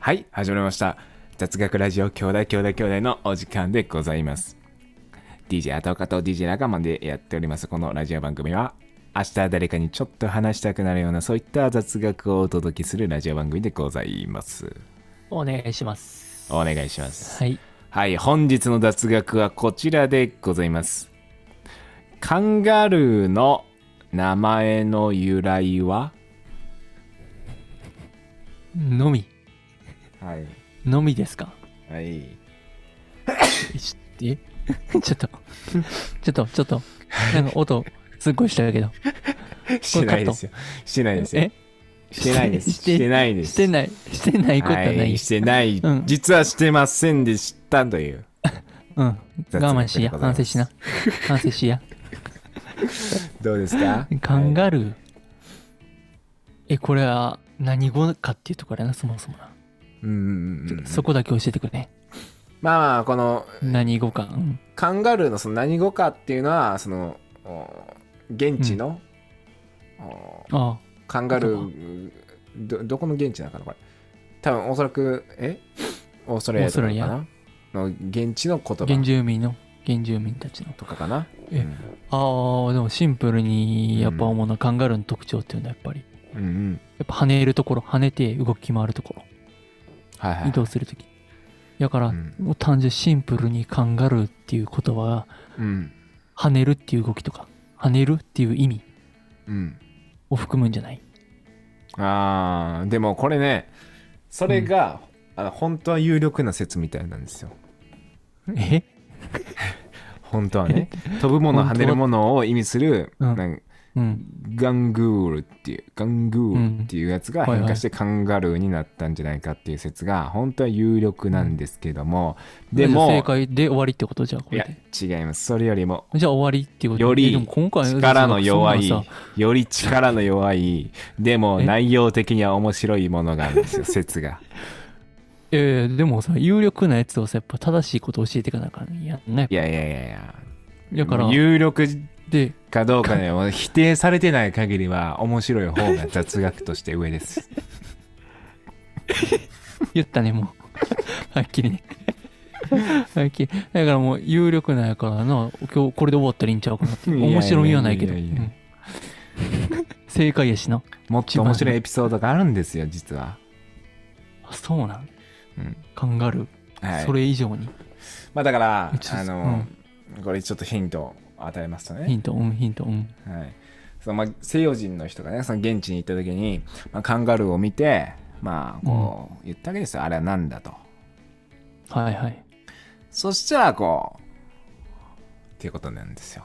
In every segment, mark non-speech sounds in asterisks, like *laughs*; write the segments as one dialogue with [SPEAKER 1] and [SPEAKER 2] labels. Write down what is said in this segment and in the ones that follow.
[SPEAKER 1] はい、始まりました。雑学ラジオ兄弟兄弟兄弟のお時間でございます。DJ アタオカと DJ ラガマンでやっております、このラジオ番組は、明日誰かにちょっと話したくなるような、そういった雑学をお届けするラジオ番組でございます。
[SPEAKER 2] お願いします。
[SPEAKER 1] お願いします。
[SPEAKER 2] はい。
[SPEAKER 1] はい、本日の雑学はこちらでございます。カンガルーの名前の由来は
[SPEAKER 2] のみ。
[SPEAKER 1] はい。
[SPEAKER 2] のみですか
[SPEAKER 1] はい。
[SPEAKER 2] ちえ *laughs* ちょっと。ちょっと、ちょっと。なんか音、すっごいしたけど。
[SPEAKER 1] してないですよ。してないですよ。
[SPEAKER 2] え
[SPEAKER 1] してないです。
[SPEAKER 2] *laughs* して
[SPEAKER 1] してないです。
[SPEAKER 2] してない。してないことはな。
[SPEAKER 1] はいい、してない、
[SPEAKER 2] うん
[SPEAKER 1] 実はしてませんでしたという
[SPEAKER 2] うん。我
[SPEAKER 1] 雑
[SPEAKER 2] 慢しや。
[SPEAKER 1] 学でござい
[SPEAKER 2] 反
[SPEAKER 1] ます
[SPEAKER 2] 省しな。反省しや。
[SPEAKER 1] どうですか
[SPEAKER 2] *laughs* カン
[SPEAKER 1] は
[SPEAKER 2] ガルー。え、これは何語かっていうところやな、そもそもな。
[SPEAKER 1] いうんうんうんうん
[SPEAKER 2] そこだけ教えてくれね。
[SPEAKER 1] まあまあこの
[SPEAKER 2] 何語か。うん。
[SPEAKER 1] カンガルーのその何語かっていうのはそのお現地の、お
[SPEAKER 2] あ
[SPEAKER 1] カンガルーどどこの現地なのかなこれ多分おそらくえオーストラリアとか
[SPEAKER 2] オースト
[SPEAKER 1] かなの現地の言
[SPEAKER 2] あ。原
[SPEAKER 1] 葉
[SPEAKER 2] 住民の。原住民たちの。
[SPEAKER 1] とかかな
[SPEAKER 2] えああ、でもシンプルに、やっぱ主なカンガルーの特徴っていうのはやっぱり。
[SPEAKER 1] うん、うんうん
[SPEAKER 2] やっぱ跳ねるところ、跳ねて動き回るところ、
[SPEAKER 1] はいはい
[SPEAKER 2] 移動するとき。だから、
[SPEAKER 1] うん
[SPEAKER 2] もう単純にシンプルにカンガルーっていう言葉が、
[SPEAKER 1] うん
[SPEAKER 2] 跳ねるっていう動きとか、跳ねるっていう意味
[SPEAKER 1] うん
[SPEAKER 2] を含むんじゃない
[SPEAKER 1] あーでもこれねそれが、あ本当は有力な説みたいなんですよ
[SPEAKER 2] え
[SPEAKER 1] 本当は
[SPEAKER 2] *laughs*
[SPEAKER 1] ね飛ぶもの
[SPEAKER 2] 本当は
[SPEAKER 1] 跳ねるものを意味する、
[SPEAKER 2] うん
[SPEAKER 1] なん
[SPEAKER 2] うん。
[SPEAKER 1] ガングールっていうガングールっていうやつが
[SPEAKER 2] うんはい
[SPEAKER 1] 変
[SPEAKER 2] はい
[SPEAKER 1] 化してカンガルーになったんじゃないかっていう説が本当は有力なんですけども、で
[SPEAKER 2] じゃあ正
[SPEAKER 1] も
[SPEAKER 2] 解で終わりってことじゃあ、こ
[SPEAKER 1] い
[SPEAKER 2] れ
[SPEAKER 1] や
[SPEAKER 2] で。
[SPEAKER 1] 違いますそれよりも
[SPEAKER 2] じゃあ終わりっていうこと
[SPEAKER 1] より
[SPEAKER 2] えでも今回
[SPEAKER 1] 力の弱い
[SPEAKER 2] そんなのさ
[SPEAKER 1] より力の弱いでも
[SPEAKER 2] え
[SPEAKER 1] 内容的には面白いものがあるんですよ説が
[SPEAKER 2] えーでもさ、有力なやつをさ、やっぱ正しいことを教えていかなあかんやんね
[SPEAKER 1] い。やいやいやいや
[SPEAKER 2] だから、
[SPEAKER 1] 有力
[SPEAKER 2] で、
[SPEAKER 1] かどうかね、もう否定されてない限りは面白い方が雑学として上です。
[SPEAKER 2] 言ったね、もう。 *laughs* はっきりね。はっきり。だからもう、有力なんやからな、今日これで終わったらいいんちゃうかなって。
[SPEAKER 1] いやいやいや
[SPEAKER 2] 面白みはないけど。
[SPEAKER 1] い
[SPEAKER 2] う
[SPEAKER 1] やいやいや
[SPEAKER 2] ん正解や
[SPEAKER 1] *laughs*
[SPEAKER 2] しな。
[SPEAKER 1] もっと面白いエピソードがあるんですよ、実は。
[SPEAKER 2] あそうなん。
[SPEAKER 1] うん
[SPEAKER 2] カンガルー。
[SPEAKER 1] はい、
[SPEAKER 2] それ以上に。
[SPEAKER 1] まあだから
[SPEAKER 2] えちょっ、と
[SPEAKER 1] あの、これちょっとヒントを与えますと
[SPEAKER 2] ヒ
[SPEAKER 1] ね、
[SPEAKER 2] ント、うん、ヒント、うん。
[SPEAKER 1] はいそのまあ、西洋人の人がね、その現地に行った時に、まあ、カンガルーを見て、まあこう言ったわけですよ、あれはなんだと。
[SPEAKER 2] はいはい。
[SPEAKER 1] そしたらこう、っていうことなんですよ。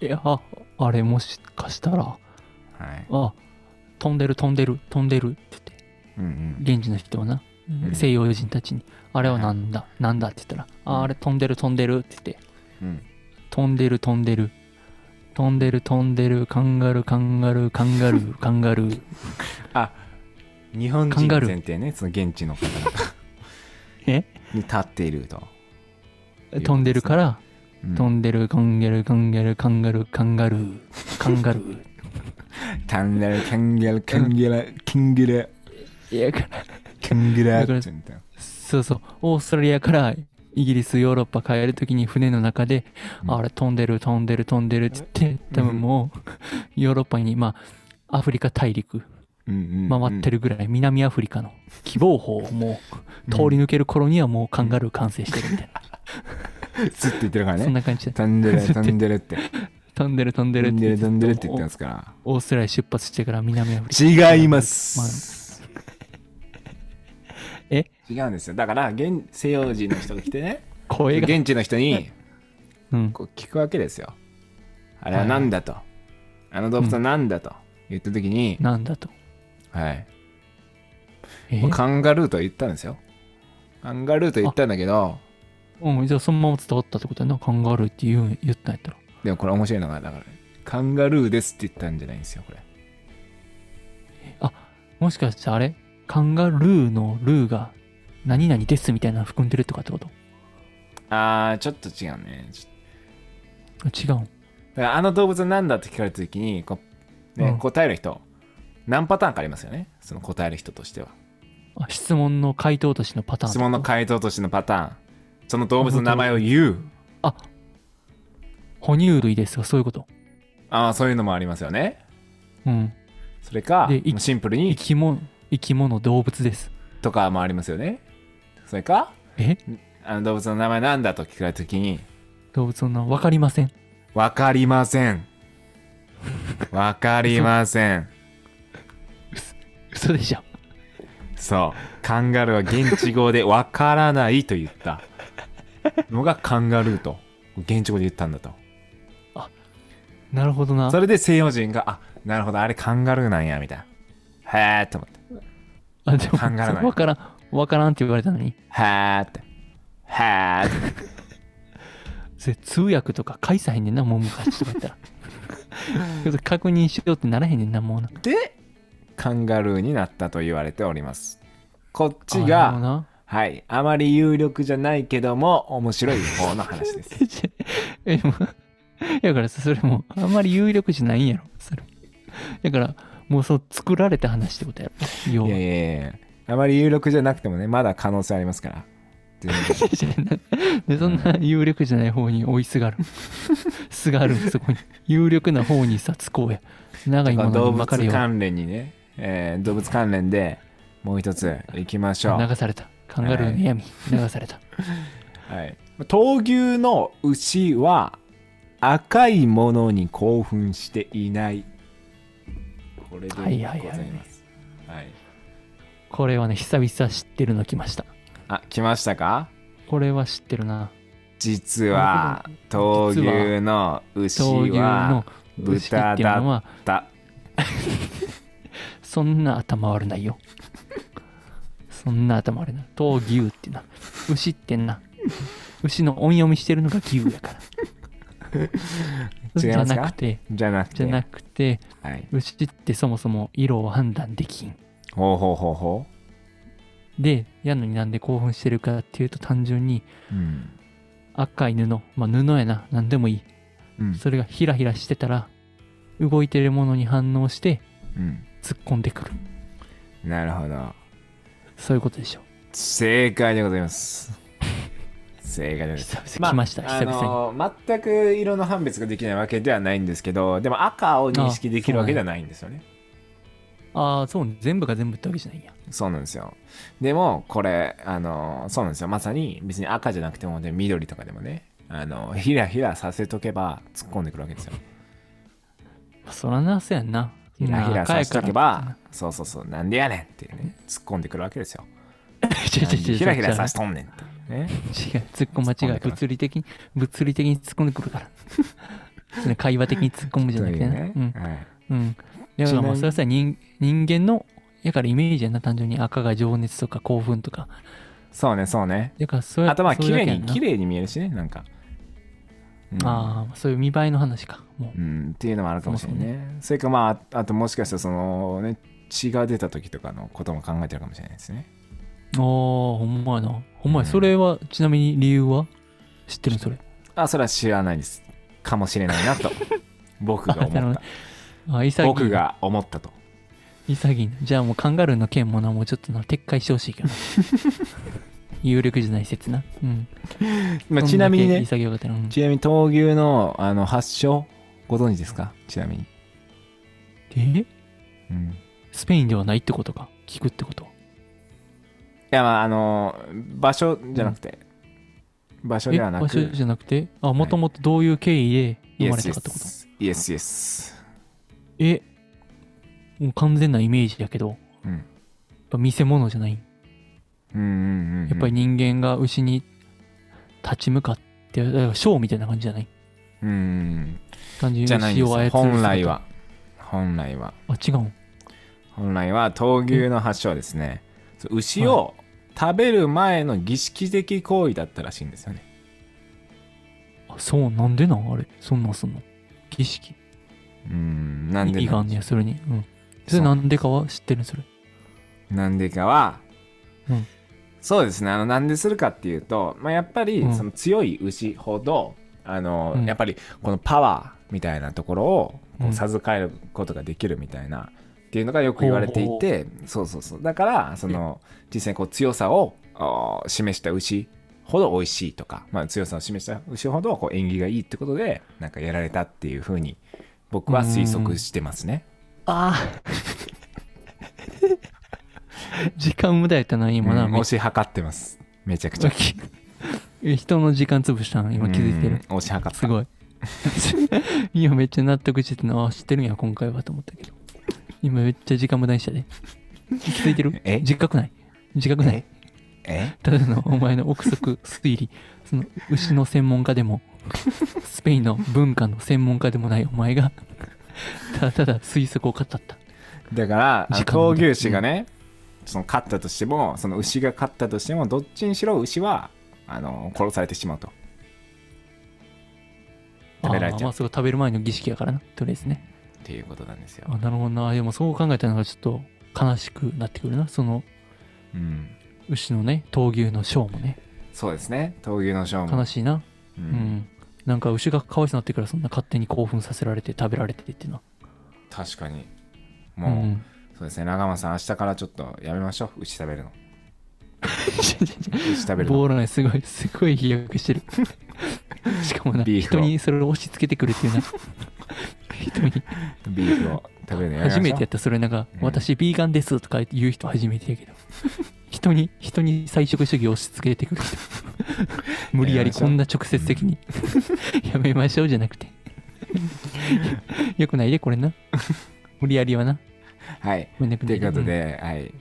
[SPEAKER 2] いや、あ、あれもしかしたら、
[SPEAKER 1] はい。
[SPEAKER 2] あ、飛んでる飛んでる飛んでるって言って。
[SPEAKER 1] うんうん。
[SPEAKER 2] 現地の人はな、
[SPEAKER 1] うん
[SPEAKER 2] 西洋人たちに、あれはなんだ、なんだって言った
[SPEAKER 1] う
[SPEAKER 2] ら、
[SPEAKER 1] ん
[SPEAKER 2] ああれ飛んでる飛んでるって言って、
[SPEAKER 1] うん
[SPEAKER 2] 飛んでる飛んでる飛んでる飛んでるカンガルーカンガルーカンガル *laughs* ーカンガルー
[SPEAKER 1] あ日本
[SPEAKER 2] カ
[SPEAKER 1] 人
[SPEAKER 2] ンガルー
[SPEAKER 1] 前提ね、その現地の方々
[SPEAKER 2] *laughs* え
[SPEAKER 1] に立っていると。
[SPEAKER 2] 飛んでるから
[SPEAKER 1] うん
[SPEAKER 2] 飛んでるカンガルーカンガルーカンガルーカンガルーカンガルー
[SPEAKER 1] カンガルカンガルカンガルキングル
[SPEAKER 2] *laughs* いやだから
[SPEAKER 1] カンガ
[SPEAKER 2] だ
[SPEAKER 1] ルカ
[SPEAKER 2] から
[SPEAKER 1] ンガル
[SPEAKER 2] そうそうオーストラリアからイギリスヨーロッパ帰るときに船の中で、
[SPEAKER 1] うん
[SPEAKER 2] あれ飛んでる飛んでる飛んでるって言って多分もう、 *laughs* ヨーロッパにまあアフリカ大陸回って
[SPEAKER 1] る
[SPEAKER 2] るぐらい、南アフリカの希望峰をもう通り抜ける頃にはもうカンガルー完成してるみたいな、
[SPEAKER 1] ずっと言ってるから
[SPEAKER 2] そん
[SPEAKER 1] ね
[SPEAKER 2] な感じで
[SPEAKER 1] 飛んで
[SPEAKER 2] *laughs*
[SPEAKER 1] る飛んでるって
[SPEAKER 2] 飛んでる飛ん *laughs* でる
[SPEAKER 1] 飛んで
[SPEAKER 2] って言
[SPEAKER 1] る
[SPEAKER 2] って
[SPEAKER 1] 飛んでるって言ってますか
[SPEAKER 2] オーストラリア出発してから南アフリ
[SPEAKER 1] ら違います
[SPEAKER 2] *laughs* え
[SPEAKER 1] 違うんですよだから現西洋人の人が来て
[SPEAKER 2] *laughs*
[SPEAKER 1] ね
[SPEAKER 2] カ声が、
[SPEAKER 1] 現地の人に
[SPEAKER 2] うん、
[SPEAKER 1] こう聞くわけですよあれはなんだとあの動物はなんだと言った時に
[SPEAKER 2] なんだと
[SPEAKER 1] はい
[SPEAKER 2] え
[SPEAKER 1] カンガルーと言ったんですよカンガルーと言ったんだけど
[SPEAKER 2] うん、じゃあそのまま伝わったってことやなカンガルーって言う言ったんやったら
[SPEAKER 1] でもこれ面白いのがだからカンガルーですって言ったんじゃないんですよこれ
[SPEAKER 2] もしかしてあれカンガルーのルーが何々ですみたいなの含んでるとかってこと
[SPEAKER 1] あーちょっと違うねちょ
[SPEAKER 2] 違うん
[SPEAKER 1] だからあの動物は何だって聞かれた時にこう、ね
[SPEAKER 2] うん
[SPEAKER 1] 答える人何パターンかありますよねその答える人としては
[SPEAKER 2] あ質問の回答としてのパターン
[SPEAKER 1] 質問の回答としてのパターンその動物の名前を言う
[SPEAKER 2] 哺乳類ですがそういうこと
[SPEAKER 1] ああそういうのもありますよね
[SPEAKER 2] うん
[SPEAKER 1] それか
[SPEAKER 2] でい
[SPEAKER 1] もうシンプル
[SPEAKER 2] 生
[SPEAKER 1] に
[SPEAKER 2] き物生き物動物です
[SPEAKER 1] とかもありますよねそれか
[SPEAKER 2] え
[SPEAKER 1] あの動物の名前なんだと聞かれた時に
[SPEAKER 2] 動物の名分かりません
[SPEAKER 1] わかりませんわかりません
[SPEAKER 2] 嘘でしょ
[SPEAKER 1] そうカンガルーは現地語でわからないと言ったのがカンガルーと現地語で言ったんだと
[SPEAKER 2] なるほどな
[SPEAKER 1] それで西洋人があなるほどあれカンガルーなんやみたいなへえと思って
[SPEAKER 2] あでも
[SPEAKER 1] 考えない
[SPEAKER 2] 分からん分からんって言われたのに
[SPEAKER 1] へえってへえって
[SPEAKER 2] それ通訳とか返さへんねんなもう昔とかやったらそれ確認しようってならへんねんなもうな
[SPEAKER 1] でカンガルーになったと言われておりますこっち
[SPEAKER 2] あの
[SPEAKER 1] が
[SPEAKER 2] な *laughs*
[SPEAKER 1] はいあまり有力じゃないけども面白い方の話です
[SPEAKER 2] えでもやからさそれもあんまり有力じゃないんやろそれだからもうそう作られた話ってことやろ要はい
[SPEAKER 1] やいやいやあまり有力じゃなくてもねまだ可能性ありますから全然
[SPEAKER 2] *laughs* でそんな有力じゃない方に追い
[SPEAKER 1] *laughs*
[SPEAKER 2] すがるすがるそこに有力な方にさつこうや長いもの
[SPEAKER 1] *laughs* 動
[SPEAKER 2] に
[SPEAKER 1] 物
[SPEAKER 2] ばかりを
[SPEAKER 1] 関連にね、 *laughs* えー動物関連でもう一ついきましょう、は
[SPEAKER 2] 流されたカンガルーの闇、流された
[SPEAKER 1] い、闘牛の牛は赤いものに興奮していないこれでございます、
[SPEAKER 2] はいはい
[SPEAKER 1] はい
[SPEAKER 2] これはね久々知ってるの来ました
[SPEAKER 1] あ来ましたか
[SPEAKER 2] これは知ってるな
[SPEAKER 1] 実は闘牛の牛
[SPEAKER 2] 闘牛
[SPEAKER 1] は
[SPEAKER 2] の牛
[SPEAKER 1] 豚だ
[SPEAKER 2] っていうのは
[SPEAKER 1] だ
[SPEAKER 2] そんな頭悪ないよ。そんな頭悪いな。闘牛ってな。牛ってな。牛の音読みしてるのが牛やから。
[SPEAKER 1] *laughs* 違います
[SPEAKER 2] じゃなく
[SPEAKER 1] か
[SPEAKER 2] て、
[SPEAKER 1] じゃなくて
[SPEAKER 2] じゃなくて、
[SPEAKER 1] はい、
[SPEAKER 2] 牛ってそもそも色を判断できん。
[SPEAKER 1] ほうほうほうほ
[SPEAKER 2] で、やのになんで興奮してるかっていうと単純に
[SPEAKER 1] う、うん
[SPEAKER 2] 赤い布、まあ布やな、なんでもいい。
[SPEAKER 1] うん
[SPEAKER 2] それがヒラヒラしてたら、動いてるものに反応して
[SPEAKER 1] うん、
[SPEAKER 2] 突っ込んでくる。
[SPEAKER 1] なるほど
[SPEAKER 2] そういうことでしょ。
[SPEAKER 1] 正解でございます。 *laughs* 正解でございます。
[SPEAKER 2] 久々来ました、久々に。
[SPEAKER 1] あの全く色の判別ができないわけではないんですけど、でも赤を認識できるわけではないんですよね。
[SPEAKER 2] ああ、そう、全部が全部ってわけじゃないんや。
[SPEAKER 1] そうなんですよ。でも、これ、あの、そうなんですよ。まさに別に赤じゃなくても、で緑とかでもね、あの、ひらひらさせとけば突っ込んでくるわけですよ。
[SPEAKER 2] そらな、そうやんな。
[SPEAKER 1] ひらひらさせとけば
[SPEAKER 2] な、
[SPEAKER 1] そうそうそう、なんでやねんっていうね、突っ込んでくるわけ
[SPEAKER 2] *laughs*
[SPEAKER 1] ですよ。
[SPEAKER 2] 赤やから。違う違う違う。
[SPEAKER 1] ひらひらさせとんねんって。ね、
[SPEAKER 2] 違う、突っ込む間違い。物理的に、物理的に突っ込んでくるから。 *laughs* それ会話的に突っ込むじゃなくて
[SPEAKER 1] と
[SPEAKER 2] ね。。
[SPEAKER 1] いううんはい
[SPEAKER 2] うん。だからもうそれはさ、人人間の、やからイメージやな、単純に赤が情熱とか興奮とか。
[SPEAKER 1] そうね、そうね。
[SPEAKER 2] だからそうや
[SPEAKER 1] あとまあ
[SPEAKER 2] そう
[SPEAKER 1] 綺
[SPEAKER 2] いう
[SPEAKER 1] 麗
[SPEAKER 2] だけやん
[SPEAKER 1] に
[SPEAKER 2] な
[SPEAKER 1] 綺麗に見えるしねなんか、うん
[SPEAKER 2] ああ、そういう見栄えの話か。もう。
[SPEAKER 1] うん、っていうのもあるかもしれないねそれかまああともしかしたらそのね血が出た時とかのことも考えてるかもしれないですね
[SPEAKER 2] ああ、ほんまやな。ほんま
[SPEAKER 1] うん
[SPEAKER 2] や。それは、ちなみに理由は知ってるそれ。
[SPEAKER 1] あそれは知らないですかもしれないな
[SPEAKER 2] *laughs*
[SPEAKER 1] と僕が
[SPEAKER 2] あなる
[SPEAKER 1] 思
[SPEAKER 2] ほ
[SPEAKER 1] っ
[SPEAKER 2] ど
[SPEAKER 1] た
[SPEAKER 2] あ、潔い。
[SPEAKER 1] 僕が思ったと
[SPEAKER 2] 潔いなじゃあもうカンガルーの件もなもうちょっとな撤回してほし
[SPEAKER 1] *laughs*
[SPEAKER 2] いけどな有力じゃない説なうん、
[SPEAKER 1] まあちなみに
[SPEAKER 2] そん
[SPEAKER 1] ね
[SPEAKER 2] だけ潔かったら、うん
[SPEAKER 1] ちなみに闘牛のあの発祥ご存知ですかちなみに、
[SPEAKER 2] え
[SPEAKER 1] うん、い
[SPEAKER 2] スペインではないってことか聞くってこと
[SPEAKER 1] やまああの場所じゃなくて、場所
[SPEAKER 2] え
[SPEAKER 1] ではな
[SPEAKER 2] 場
[SPEAKER 1] く
[SPEAKER 2] 所じゃなくてあもともとどういう経緯で生まれたかってこと、
[SPEAKER 1] イエスイエス
[SPEAKER 2] えもう完全なイメージやけどや
[SPEAKER 1] うん
[SPEAKER 2] っぱ見せ物じゃない
[SPEAKER 1] うんうんうんうん
[SPEAKER 2] やっぱり人間が牛に立ち向かってだからショーみたいな感じじゃない
[SPEAKER 1] うん
[SPEAKER 2] 単純
[SPEAKER 1] じ
[SPEAKER 2] に
[SPEAKER 1] ゃないんで
[SPEAKER 2] 牛
[SPEAKER 1] す
[SPEAKER 2] を操る
[SPEAKER 1] よ
[SPEAKER 2] 姿
[SPEAKER 1] 本来は本来は
[SPEAKER 2] あ違うん
[SPEAKER 1] 本来は闘牛の発祥はですねそう牛を食べる前の儀式的行為だったらしいんですよね
[SPEAKER 2] あそうなんでなんあれそんなんすんの儀式
[SPEAKER 1] うんなんで
[SPEAKER 2] 意義があんねやそれにうんそ
[SPEAKER 1] そ
[SPEAKER 2] れ
[SPEAKER 1] う
[SPEAKER 2] なんでかは知ってるんそれ
[SPEAKER 1] なんでかは、
[SPEAKER 2] うん
[SPEAKER 1] そうですねあのなんでするかっていうと、まあ、やっぱり
[SPEAKER 2] うん
[SPEAKER 1] その強い牛ほど、あの
[SPEAKER 2] うん
[SPEAKER 1] やっぱりこのパワーみたいなところをこ
[SPEAKER 2] う
[SPEAKER 1] うん授かることができるみたいな、っていうのがよく言われていてそうそうそうだからその実際にこう強さをあー示した牛ほど美味しいとか、まあ、強さを示した牛ほどこう縁起がいいってことでなんかやられたっていうふうに僕は推測してますね。
[SPEAKER 2] ああ *laughs* 時間無駄やったな今な、
[SPEAKER 1] うん
[SPEAKER 2] めっ
[SPEAKER 1] 推
[SPEAKER 2] ち
[SPEAKER 1] し量ってますめちゃくち
[SPEAKER 2] ゃ
[SPEAKER 1] ゃ。
[SPEAKER 2] え *laughs* 人の時間潰したの今気づいてる
[SPEAKER 1] うん推し量った
[SPEAKER 2] すごい *laughs* 今めっちゃ納得してたなあ知ってるんや今回はと思ったけど今めっちゃ時間無駄にしたで気づいてる
[SPEAKER 1] え
[SPEAKER 2] 自覚ない自覚ない
[SPEAKER 1] え
[SPEAKER 2] ただのお前の憶測推理その牛の専門家でもスペインの文化の専門家でもないお前がただただ推測を語った
[SPEAKER 1] だからあの
[SPEAKER 2] 時間も
[SPEAKER 1] 闘牛士がね、その勝ったとしてもその牛が勝ったとしてもどっちにしろ牛はあの殺されてしまうと食べられちゃう
[SPEAKER 2] あーまあすごい食べる前の儀式やからなとりあえずね
[SPEAKER 1] っていうことなんですよ、
[SPEAKER 2] あなるほどなでもそう考えたのがちょっと悲しくなってくるなその
[SPEAKER 1] うん、
[SPEAKER 2] 牛のね闘牛のショーもね
[SPEAKER 1] そうですね闘牛のショーも
[SPEAKER 2] 悲しいな
[SPEAKER 1] う
[SPEAKER 2] うん、
[SPEAKER 1] ん
[SPEAKER 2] なんか牛がかわいそうになってからそんな勝手に興奮させられて食べられてっていうのは
[SPEAKER 1] 確かに
[SPEAKER 2] う
[SPEAKER 1] もう、
[SPEAKER 2] ん
[SPEAKER 1] そうですね長間さん明日からちょっとやめましょう牛食べるの牛食べる
[SPEAKER 2] ボ
[SPEAKER 1] の
[SPEAKER 2] ールねすごい *laughs* すごい飛
[SPEAKER 1] *laughs*
[SPEAKER 2] 躍してるしかもな
[SPEAKER 1] ビーフ
[SPEAKER 2] 人
[SPEAKER 1] を
[SPEAKER 2] にそれを押し付けてくるってい
[SPEAKER 1] *laughs*
[SPEAKER 2] うな人に
[SPEAKER 1] ビーフを食べるのやめましょ
[SPEAKER 2] 初
[SPEAKER 1] う
[SPEAKER 2] めてやったそれなんか
[SPEAKER 1] う
[SPEAKER 2] 「
[SPEAKER 1] ん
[SPEAKER 2] 私ビーガンです」とか言う人初めてやけど人に人に菜食主義を押し付けてくる人無理やりこんな直接的にやめましょうじゃなくてよくないでこれな無理やりはな
[SPEAKER 1] はい
[SPEAKER 2] ごめんね
[SPEAKER 1] ということで、はい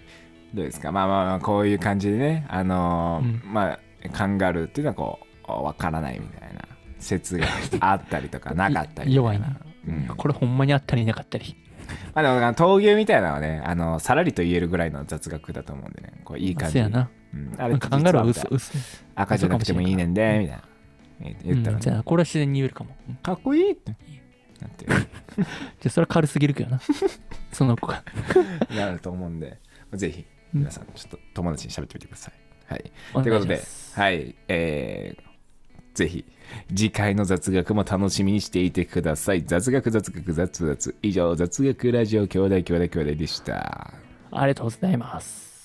[SPEAKER 1] どうですかまあまあまあこういう感じでねあのーまあカンガルーっていうのはこうわからないみたいな説があったりとかなかったりみた
[SPEAKER 2] *laughs* 弱いな
[SPEAKER 1] うん
[SPEAKER 2] いやこれほんまにあったりなかったり
[SPEAKER 1] まあでもなんか闘牛みたいなのはねあのさらりと言えるぐらいの雑学だと思うんでねこういい感
[SPEAKER 2] そう
[SPEAKER 1] じ
[SPEAKER 2] やな
[SPEAKER 1] うんあれ
[SPEAKER 2] 考えろう
[SPEAKER 1] 実は
[SPEAKER 2] 嘘嘘
[SPEAKER 1] 赤じゃなくてもいいねんでみたいな言ったら
[SPEAKER 2] うんじ
[SPEAKER 1] ね
[SPEAKER 2] ゃあこれは自然に言えるかもうん
[SPEAKER 1] かっこいいってなって
[SPEAKER 2] じゃあそれは軽すぎるけど
[SPEAKER 1] *laughs*
[SPEAKER 2] なその子が
[SPEAKER 1] なると思うんでぜひ
[SPEAKER 2] うん
[SPEAKER 1] 皆さんちょっと友達に喋ってみてくださいはい
[SPEAKER 2] お
[SPEAKER 1] という
[SPEAKER 2] 願
[SPEAKER 1] こ
[SPEAKER 2] い
[SPEAKER 1] と
[SPEAKER 2] し
[SPEAKER 1] で
[SPEAKER 2] ま
[SPEAKER 1] すはいえー、ぜひ次回の雑学も楽しみにしていてください雑学雑学雑雑以上雑学ラジオ兄弟兄弟兄弟でした
[SPEAKER 2] ありがとうございます